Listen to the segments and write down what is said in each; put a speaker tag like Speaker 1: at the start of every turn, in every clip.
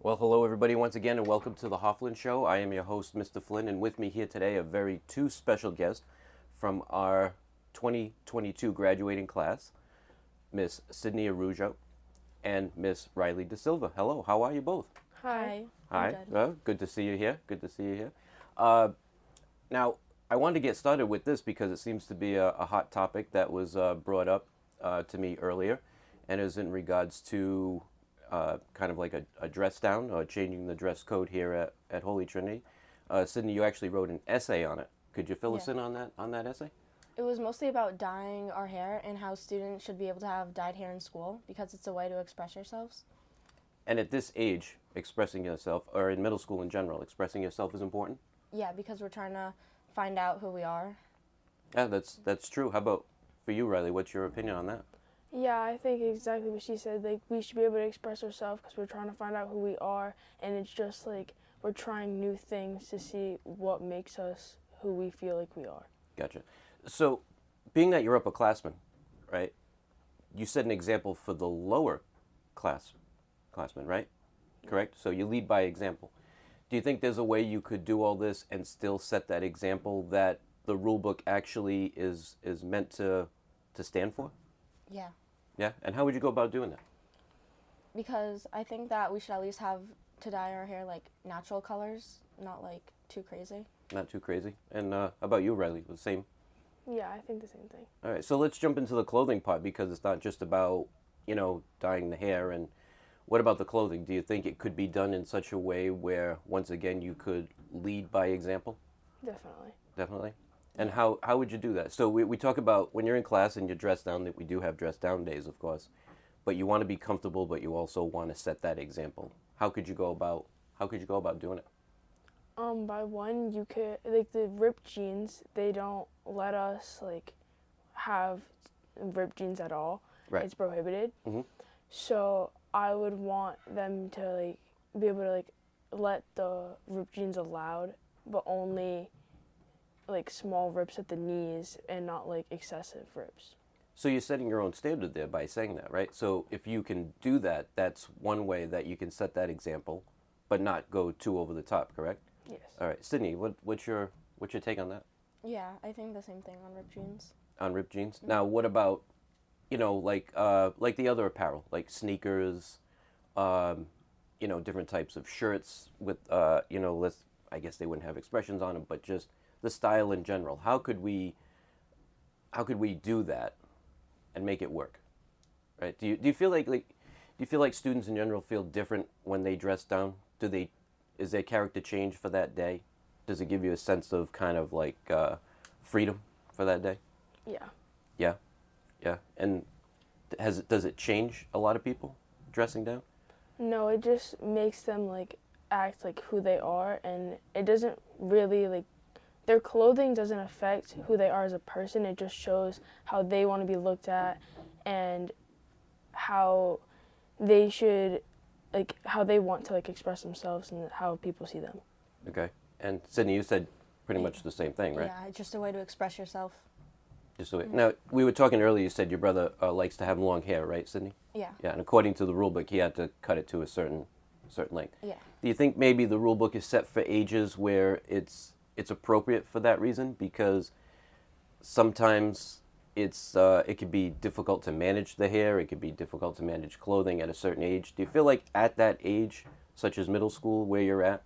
Speaker 1: Well, hello, everybody, once again, and welcome to the Hofflin Show. I am your host, Mr. Flynn, and with me here today, a very two special guest from our 2022 graduating class, Miss Sydney Arujo and Miss Riley De Silva. Hello, how are you both?
Speaker 2: Hi.
Speaker 1: Hi. Well, good to see you here. Good to see you here. Uh, now, I wanted to get started with this because it seems to be a, a hot topic that was uh, brought up uh, to me earlier, and is in regards to uh, kind of like a, a dress down or changing the dress code here at, at Holy Trinity. Uh, Sydney, you actually wrote an essay on it. Could you fill us
Speaker 2: Yeah.
Speaker 1: in on that on that essay?
Speaker 2: It was mostly about dyeing our hair and how students should be able to have dyed hair in school because it's a way to express yourselves.
Speaker 1: And at this age, expressing yourself, or in middle school in general, expressing yourself is important.
Speaker 2: Yeah, because we're trying to find out who we are.
Speaker 1: Yeah, that's that's true. How about for you, Riley? What's your opinion on that?
Speaker 3: Yeah, I think exactly what she said. Like, we should be able to express ourselves because we're trying to find out who we are, and it's just like we're trying new things to see what makes us who we feel like we are.
Speaker 1: Gotcha. So, being that you're upperclassmen, right? You set an example for the lower class classmen, right? Correct. So you lead by example. Do you think there's a way you could do all this and still set that example that the rule book actually is is meant to to stand for?
Speaker 2: Yeah.
Speaker 1: Yeah. And how would you go about doing that?
Speaker 2: Because I think that we should at least have to dye our hair like natural colors, not like too crazy.
Speaker 1: Not too crazy. And uh, how about you, Riley? The same.
Speaker 3: Yeah, I think the same thing.
Speaker 1: All right, so let's jump into the clothing part because it's not just about, you know, dyeing the hair and what about the clothing? Do you think it could be done in such a way where once again you could lead by example?
Speaker 3: Definitely.
Speaker 1: Definitely. And how, how would you do that? So we, we talk about when you're in class and you're dressed down that we do have dress down days, of course, but you want to be comfortable, but you also want to set that example. How could you go about how could you go about doing it?
Speaker 3: Um, by one, you could like the ripped jeans. They don't let us like have ripped jeans at all.
Speaker 1: Right.
Speaker 3: It's prohibited.
Speaker 1: Mhm.
Speaker 3: So I would want them to like be able to like let the ripped jeans allowed, but only like small rips at the knees and not like excessive rips.
Speaker 1: So you're setting your own standard there by saying that, right? So if you can do that, that's one way that you can set that example, but not go too over the top, correct?
Speaker 3: Yes.
Speaker 1: All right, Sydney, what, what's your what's your take on that
Speaker 2: Yeah, I think the same thing on ripped jeans.
Speaker 1: on ripped jeans? Now, what about you know like uh, like the other apparel, like sneakers, um, you know, different types of shirts with uh, you know, let's I guess they wouldn't have expressions on them, but just the style in general. How could we how could we do that and make it work? Right? Do you do you feel like like do you feel like students in general feel different when they dress down? Do they is their character change for that day? Does it give you a sense of kind of like uh, freedom for that day?
Speaker 3: Yeah.
Speaker 1: Yeah, yeah. And has does it change a lot of people dressing down?
Speaker 3: No, it just makes them like act like who they are, and it doesn't really like their clothing doesn't affect who they are as a person. It just shows how they want to be looked at and how they should like how they want to like express themselves and how people see them.
Speaker 1: Okay. And Sydney, you said pretty much the same thing, right?
Speaker 2: Yeah, it's just a way to express yourself.
Speaker 1: Just the way. Now we were talking earlier. You said your brother uh, likes to have long hair, right, Sydney?
Speaker 2: Yeah.
Speaker 1: Yeah, and according to the rule book, he had to cut it to a certain certain length.
Speaker 2: Yeah.
Speaker 1: Do you think maybe the rule book is set for ages where it's it's appropriate for that reason? Because sometimes it's uh, it could be difficult to manage the hair. It could be difficult to manage clothing at a certain age. Do you feel like at that age, such as middle school, where you're at,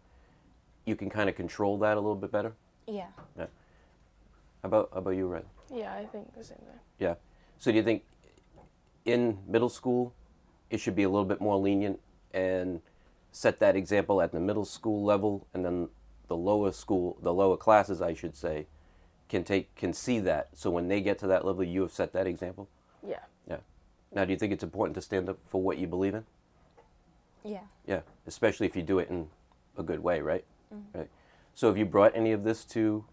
Speaker 1: you can kind of control that a little bit better?
Speaker 2: Yeah.
Speaker 1: Yeah. How about how about you, Red?
Speaker 3: Yeah, I think the same thing.
Speaker 1: Yeah. So do you think in middle school it should be a little bit more lenient and set that example at the middle school level and then the lower school the lower classes I should say can take can see that so when they get to that level you have set that example?
Speaker 3: Yeah.
Speaker 1: Yeah. Now do you think it's important to stand up for what you believe in?
Speaker 2: Yeah.
Speaker 1: Yeah, especially if you do it in a good way, right? Right. So have you brought any of this to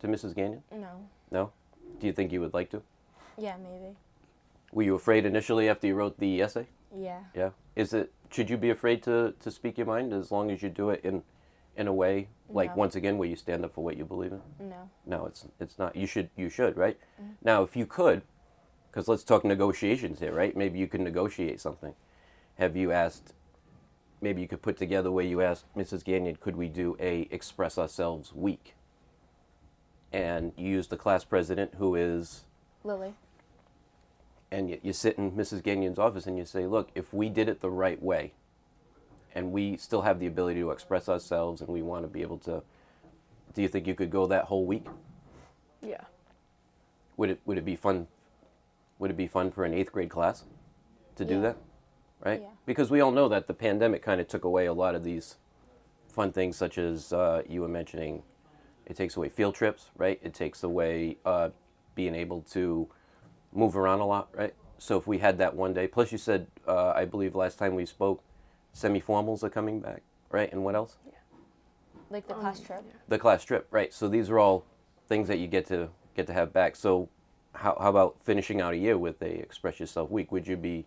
Speaker 1: to Mrs. Gagnon?
Speaker 2: No.
Speaker 1: No? Do you think you would like to?
Speaker 2: Yeah, maybe.
Speaker 1: Were you afraid initially after you wrote the essay?
Speaker 2: Yeah.
Speaker 1: Yeah. Is it should you be afraid to, to speak your mind as long as you do it in in a way like
Speaker 2: No.
Speaker 1: once again where you stand up for what you believe in?
Speaker 2: No.
Speaker 1: No, it's it's not. You should you should right now if you could, because let's talk negotiations here, right? Maybe you can negotiate something. Have you asked maybe you could put together where you asked Mrs. Gagnon, could we do a express ourselves week? And you use the class president who is
Speaker 2: Lily.
Speaker 1: and you, you sit in Mrs. Gagnon's office and you say, look, if we did it the right way, and we still have the ability to express ourselves, and we want to be able to, do you think you could go that whole week?
Speaker 3: Yeah.
Speaker 1: Would it would it be fun? Would it be fun for an eighth grade class to do
Speaker 2: Yeah.
Speaker 1: that? Right?
Speaker 2: Yeah.
Speaker 1: Because we all know that the pandemic kind of took away a lot of these fun things, such as uh, you were mentioning. It takes away field trips, right? It takes away uh, being able to move around a lot, right? So if we had that one day, plus you said, uh, I believe last time we spoke, semi-formals are coming back, right? And what else?
Speaker 2: Like
Speaker 3: Um,
Speaker 2: the class trip.
Speaker 1: the class trip, right? So these are all things that you get to get to have back. So how, how about finishing out a year with a express yourself week? Would you be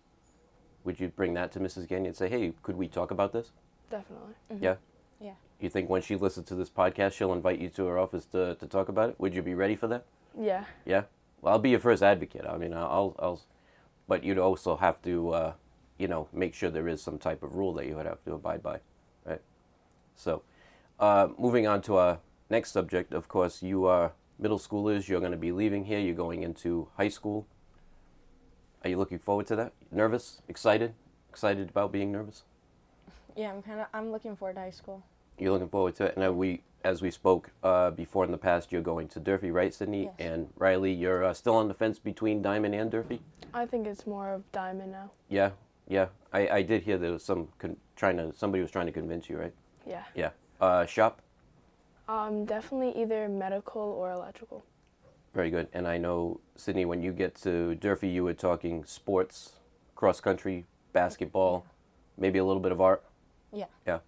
Speaker 1: would you bring that to Mrs. Gagnon and say, "Hey, could we talk about this?"
Speaker 3: Definitely.
Speaker 1: Yeah.
Speaker 2: Yeah.
Speaker 1: You think when she listens to this podcast, she'll invite you to her office to, to talk about it? Would you be ready for that?
Speaker 3: Yeah.
Speaker 1: Yeah. Well, I'll be your first advocate. I mean, I'll, I'll but you'd also have to, uh, you know, make sure there is some type of rule that you would have to abide by, right? So, uh, moving on to our next subject. Of course, you are middle schoolers. You're going to be leaving here. You're going into high school. Are you looking forward to that? Nervous? Excited? Excited about being nervous?
Speaker 2: Yeah, I'm kind of. I'm looking forward to high school.
Speaker 1: You're looking forward to it. And uh, we, as we spoke uh, before in the past, you're going to Durfee, right, Sydney?
Speaker 2: Yes.
Speaker 1: And Riley, you're uh, still on the fence between Diamond and Durfee?
Speaker 3: I think it's more of diamond now.
Speaker 1: Yeah, yeah. I, I did hear there was some con- trying to somebody was trying to convince you, right?
Speaker 3: Yeah.
Speaker 1: Yeah. Uh, shop,
Speaker 3: Um, definitely either medical or electrical.
Speaker 1: very good. And I know Sydney, when you get to Durfee, you were talking sports, cross country, basketball, maybe a little bit of art.
Speaker 2: Yeah.
Speaker 1: Yeah.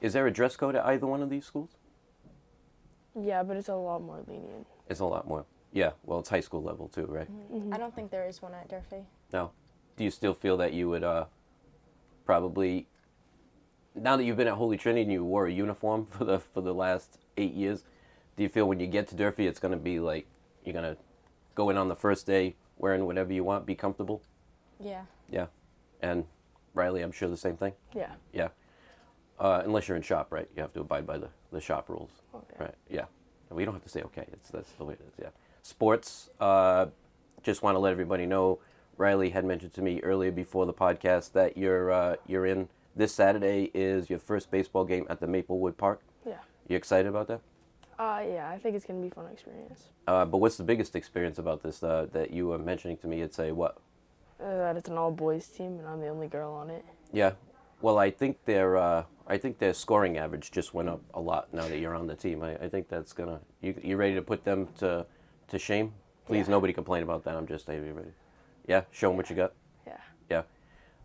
Speaker 1: Is there a dress code at either one of these schools?
Speaker 3: Yeah, but it's a lot more lenient.
Speaker 1: It's a lot more. Yeah. Well, it's high school level too, right?
Speaker 2: I don't think there is one at Durfee.
Speaker 1: No. Do you still feel that you would uh, probably now that you've been at Holy Trinity and you wore a uniform for the for the last eight years, do you feel when you get to Durfee it's gonna be like you're gonna go in on the first day wearing whatever you want, be comfortable?
Speaker 2: Yeah.
Speaker 1: Yeah. And Riley, I'm sure the same thing.
Speaker 3: Yeah.
Speaker 1: Yeah. Uh, unless you're in shop, right? You have to abide by the, the shop rules.
Speaker 3: Okay.
Speaker 1: Right. Yeah. And we don't have to say okay. It's that's the way it is. Yeah. Sports. Uh, just want to let everybody know. Riley had mentioned to me earlier before the podcast that you're uh, you're in this Saturday is your first baseball game at the Maplewood Park.
Speaker 3: Yeah.
Speaker 1: You excited about that?
Speaker 3: Uh, yeah, I think it's gonna be a fun experience.
Speaker 1: Uh, but what's the biggest experience about this uh, that you were mentioning to me? It's a what?
Speaker 3: Uh, that it's an all boys team and I'm the only girl on it.
Speaker 1: Yeah. Well, I think their uh, I think their scoring average just went up a lot now that you're on the team. I, I think that's gonna. You you ready to put them to to shame? Please,
Speaker 3: Yeah.
Speaker 1: nobody complain about that. I'm just saying, you ready. Yeah, show them what you got.
Speaker 3: Yeah.
Speaker 1: Yeah,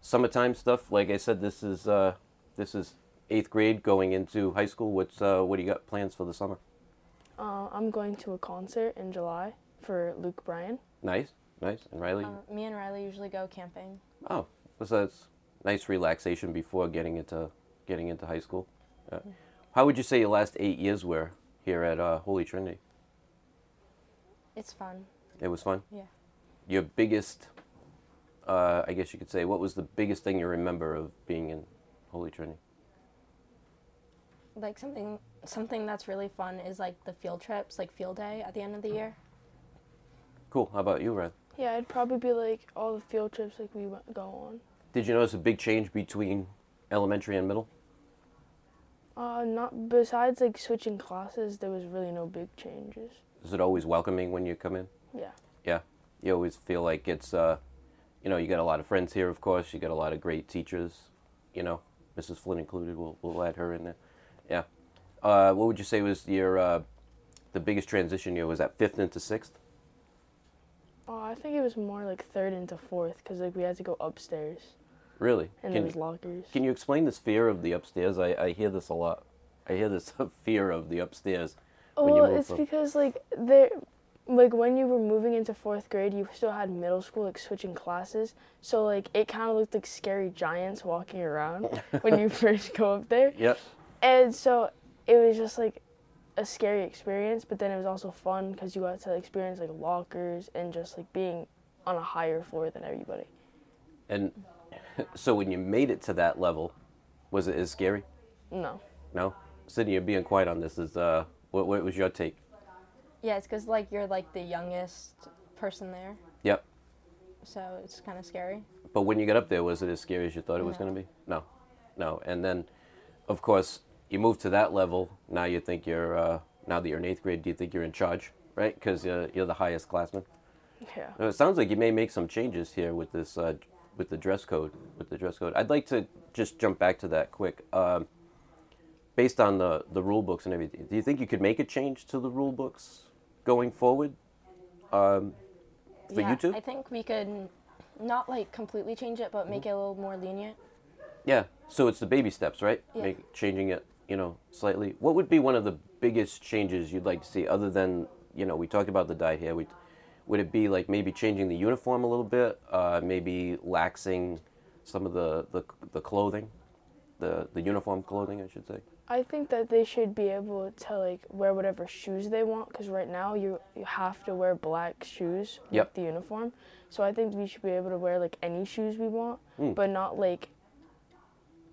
Speaker 1: summertime stuff. Like I said, this is uh, this is eighth grade going into high school. What's uh, what do you got plans for the summer?
Speaker 3: Uh, I'm going to a concert in July for Luke Bryan.
Speaker 1: Nice, nice. And Riley,
Speaker 2: Um, me and Riley usually go camping.
Speaker 1: Oh, so that's nice relaxation before getting into getting into high school. Uh, how would you say your last eight years were here at uh, Holy Trinity?
Speaker 2: It's fun.
Speaker 1: It was fun.
Speaker 2: Yeah.
Speaker 1: Your biggest, uh, I guess you could say, what was the biggest thing you remember of being in Holy Trinity?
Speaker 2: Like something something that's really fun is like the field trips, like field day at the end of the year.
Speaker 1: Cool. How about you, Red?
Speaker 3: Yeah, it'd probably be like all the field trips like we went- go on.
Speaker 1: Did you notice a big change between elementary and middle?
Speaker 3: Uh, not besides like switching classes, there was really no big changes.
Speaker 1: Is it always welcoming when you come in?
Speaker 3: Yeah.
Speaker 1: Yeah. You always feel like it's, uh, you know, you got a lot of friends here, of course. You got a lot of great teachers, you know, Mrs. Flynn included. We'll, we'll add her in there. Yeah. Uh, what would you say was your, uh, the biggest transition year? Was that fifth into sixth?
Speaker 3: Uh, I think it was more like third into fourth because like we had to go upstairs
Speaker 1: Really?
Speaker 3: and there
Speaker 1: Can,
Speaker 3: was lockers.
Speaker 1: can you explain this fear of the upstairs? I, I hear this a lot. I hear this fear of the upstairs when
Speaker 3: well,
Speaker 1: you move
Speaker 3: it's
Speaker 1: from.
Speaker 3: because like there, like when you were moving into fourth grade, you still had middle school like switching classes, so like it kind of looked like scary giants walking around when you first go up there,
Speaker 1: yep.
Speaker 3: and so it was just like a scary experience, but then it was also fun because you got to experience like lockers and just like being on a higher floor than everybody.
Speaker 1: And so when you made it to that level, Was it as scary?
Speaker 3: No.
Speaker 1: No, Sydney, you're being quiet on this. Is uh, what, what was your take?
Speaker 2: Yeah, it's because like you're like the youngest person there,
Speaker 1: Yep.
Speaker 2: so it's kind of scary.
Speaker 1: But when you got up there, was it as scary as you thought it was
Speaker 2: No.
Speaker 1: going to be? No, no. And then, of course, you move to that level. Now you think you're uh, now that you're in eighth grade. Do you think you're in charge, right? Because you're, you're the highest classman.
Speaker 3: Yeah.
Speaker 1: Uh, It sounds like you may make some changes here with this, uh, with the dress code. With the dress code, I'd like to just jump back to that quick. Um, based on the the rule books and everything, do you think you could make a change to the rule books going forward? Um, for
Speaker 2: yeah,
Speaker 1: you two?
Speaker 2: I think we could not like completely change it,
Speaker 1: Mm-hmm.
Speaker 2: but make it a little more lenient.
Speaker 1: yeah. So it's the baby steps, right?
Speaker 2: Yeah.
Speaker 1: Make changing it, you know, slightly. What would be one of the biggest changes you'd like to see, other than you know we talked about the dye here? We would it be like maybe changing the uniform a little bit, uh, maybe laxing some of the, the the clothing, the the uniform clothing, I should say.
Speaker 3: I think that they should be able to like wear whatever shoes they want because right now you you have to wear black shoes
Speaker 1: Yep.
Speaker 3: with the uniform. So I think we should be able to wear like any shoes we want,
Speaker 1: Hmm.
Speaker 3: but not like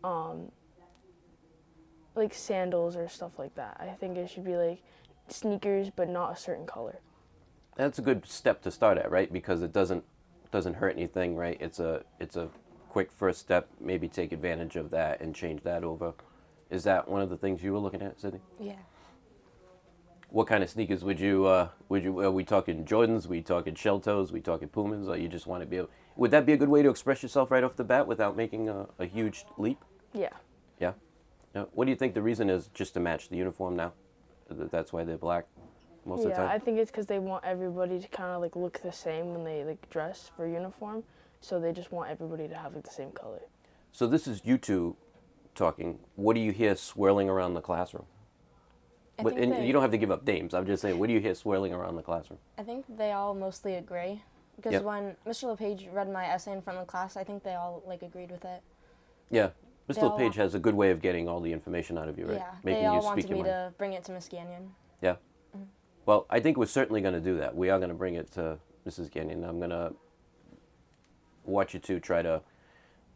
Speaker 3: um like sandals or stuff like that. I think it should be like sneakers but not a certain color.
Speaker 1: That's a good step to start at, right? Because it doesn't doesn't hurt anything, right? It's a it's a quick first step. Maybe take advantage of that and change that over. Is that one of the things you were looking at, Sydney?
Speaker 2: Yeah.
Speaker 1: What kind of sneakers would you uh, would you? Are we talking Jordans? we talking shell toes? we talking Pumas? Or you just want to be? Able, would that be a good way to express yourself right off the bat without making a, a huge leap?
Speaker 3: Yeah.
Speaker 1: Yeah. Now, what do you think the reason is? Just to match the uniform now. Th- That's why they're black most of the
Speaker 3: Yeah, I
Speaker 1: time.
Speaker 3: think it's because they want everybody to kind of like look the same when they like dress for uniform, so they just want everybody to have like the same color.
Speaker 1: so this is you two talking. What do you hear swirling around the classroom?
Speaker 2: I
Speaker 1: What, and
Speaker 2: think they,
Speaker 1: you don't have to give up names. I'm just saying. What do you hear swirling around the classroom?
Speaker 2: I think they all mostly agree because
Speaker 1: Yep.
Speaker 2: when Mr. LePage read my essay in front of the class, I think they all like agreed with it.
Speaker 1: Yeah. Mr.
Speaker 2: all
Speaker 1: LePage
Speaker 2: want-
Speaker 1: has a good way of getting all the information out of you, right?
Speaker 2: Yeah, they all wanted me
Speaker 1: mind.
Speaker 2: to bring it to Miss Gagnon.
Speaker 1: Yeah. Well, I think we're certainly going to do that. We are going to bring it to Mrs. Gannon. I'm going to watch you two try to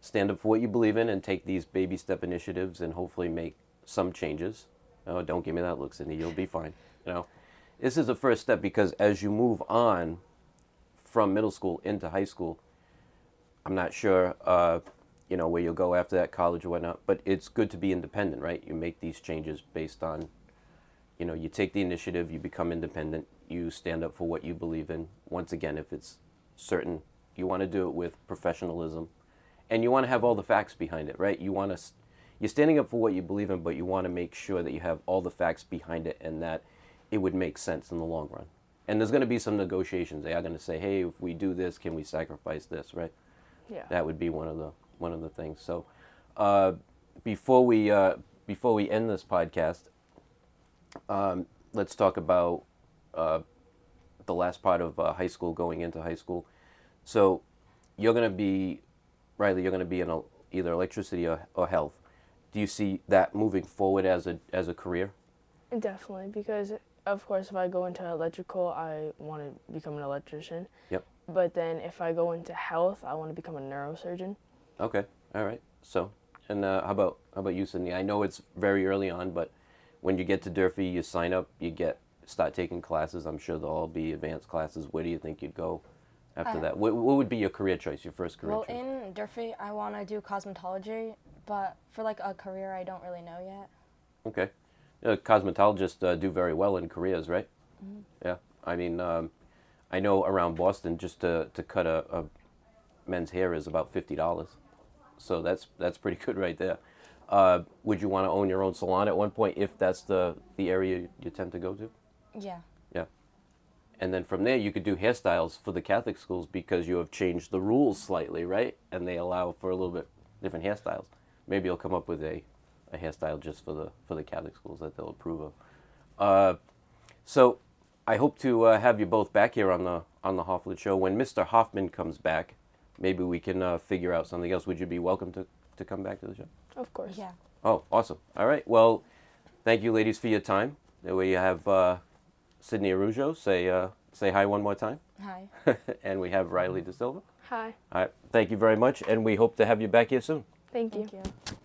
Speaker 1: stand up for what you believe in and take these baby step initiatives and hopefully make some changes. Oh, don't give me that look, Cindy. You'll be fine. You know, this is the first step because as you move on from middle school into high school, I'm not sure, uh, you know, where you'll go after that, college or whatnot. But it's good to be independent, right? You make these changes based on you know you take the initiative you become independent you stand up for what you believe in once again if it's certain you want to do it with professionalism and you want to have all the facts behind it right you want to you're standing up for what you believe in but you want to make sure that you have all the facts behind it and that it would make sense in the long run and there's going to be some negotiations they are going to say hey if we do this can we sacrifice this right
Speaker 3: Yeah.
Speaker 1: that would be one of the one of the things so uh, before we uh, before we end this podcast um, let's talk about uh, the last part of uh, high school going into high school. So you're going to be, Riley, you're going to be in el- either electricity or, or health. Do you see that moving forward as a, as a career?
Speaker 3: Definitely, because of course, if I go into electrical, I want to become an electrician.
Speaker 1: Yep.
Speaker 3: But then, if I go into health, I want to become a neurosurgeon.
Speaker 1: Okay. All right. So, and uh, how about how about you, Sydney? I know it's very early on, but when you get to Durfee, you sign up, you get start taking classes. I'm sure they'll all be advanced classes. Where do you think you'd go after
Speaker 2: Uh,
Speaker 1: that? What, what would be your career choice? Your first career
Speaker 2: Well,
Speaker 1: choice?
Speaker 2: in Durfee, I want to do cosmetology, but for like a career, I don't really know yet.
Speaker 1: Okay. Uh, cosmetologists uh, do very well in careers, right? Yeah. I mean, um, I know around Boston, just to, to cut a, a men's hair is about fifty dollars, so that's that's pretty good right there. Uh, would you want to own your own salon at one point if that's the the area you, you tend to go to?
Speaker 2: Yeah.
Speaker 1: Yeah. And then from there, you could do hairstyles for the Catholic schools because you have changed the rules slightly, right? And they allow for a little bit different hairstyles. Maybe you'll come up with a, a hairstyle just for the for the Catholic schools that they'll approve of. Uh, so, I hope to uh, have you both back here on the on the Hoffman show when Mr. Hoffman comes back. Maybe we can uh, figure out something else. Would you be welcome to, to come back to the show?
Speaker 3: Of course.
Speaker 2: Yeah.
Speaker 1: Oh, awesome. All right. Well, thank you, ladies, for your time. There we have uh, Sydney Arujo. Say, uh, say hi one more time.
Speaker 2: Hi.
Speaker 1: and we have Riley De Silva.
Speaker 3: Hi.
Speaker 1: All right. Thank you very much. And we hope to have you back here soon.
Speaker 3: Thank you.
Speaker 2: Thank you.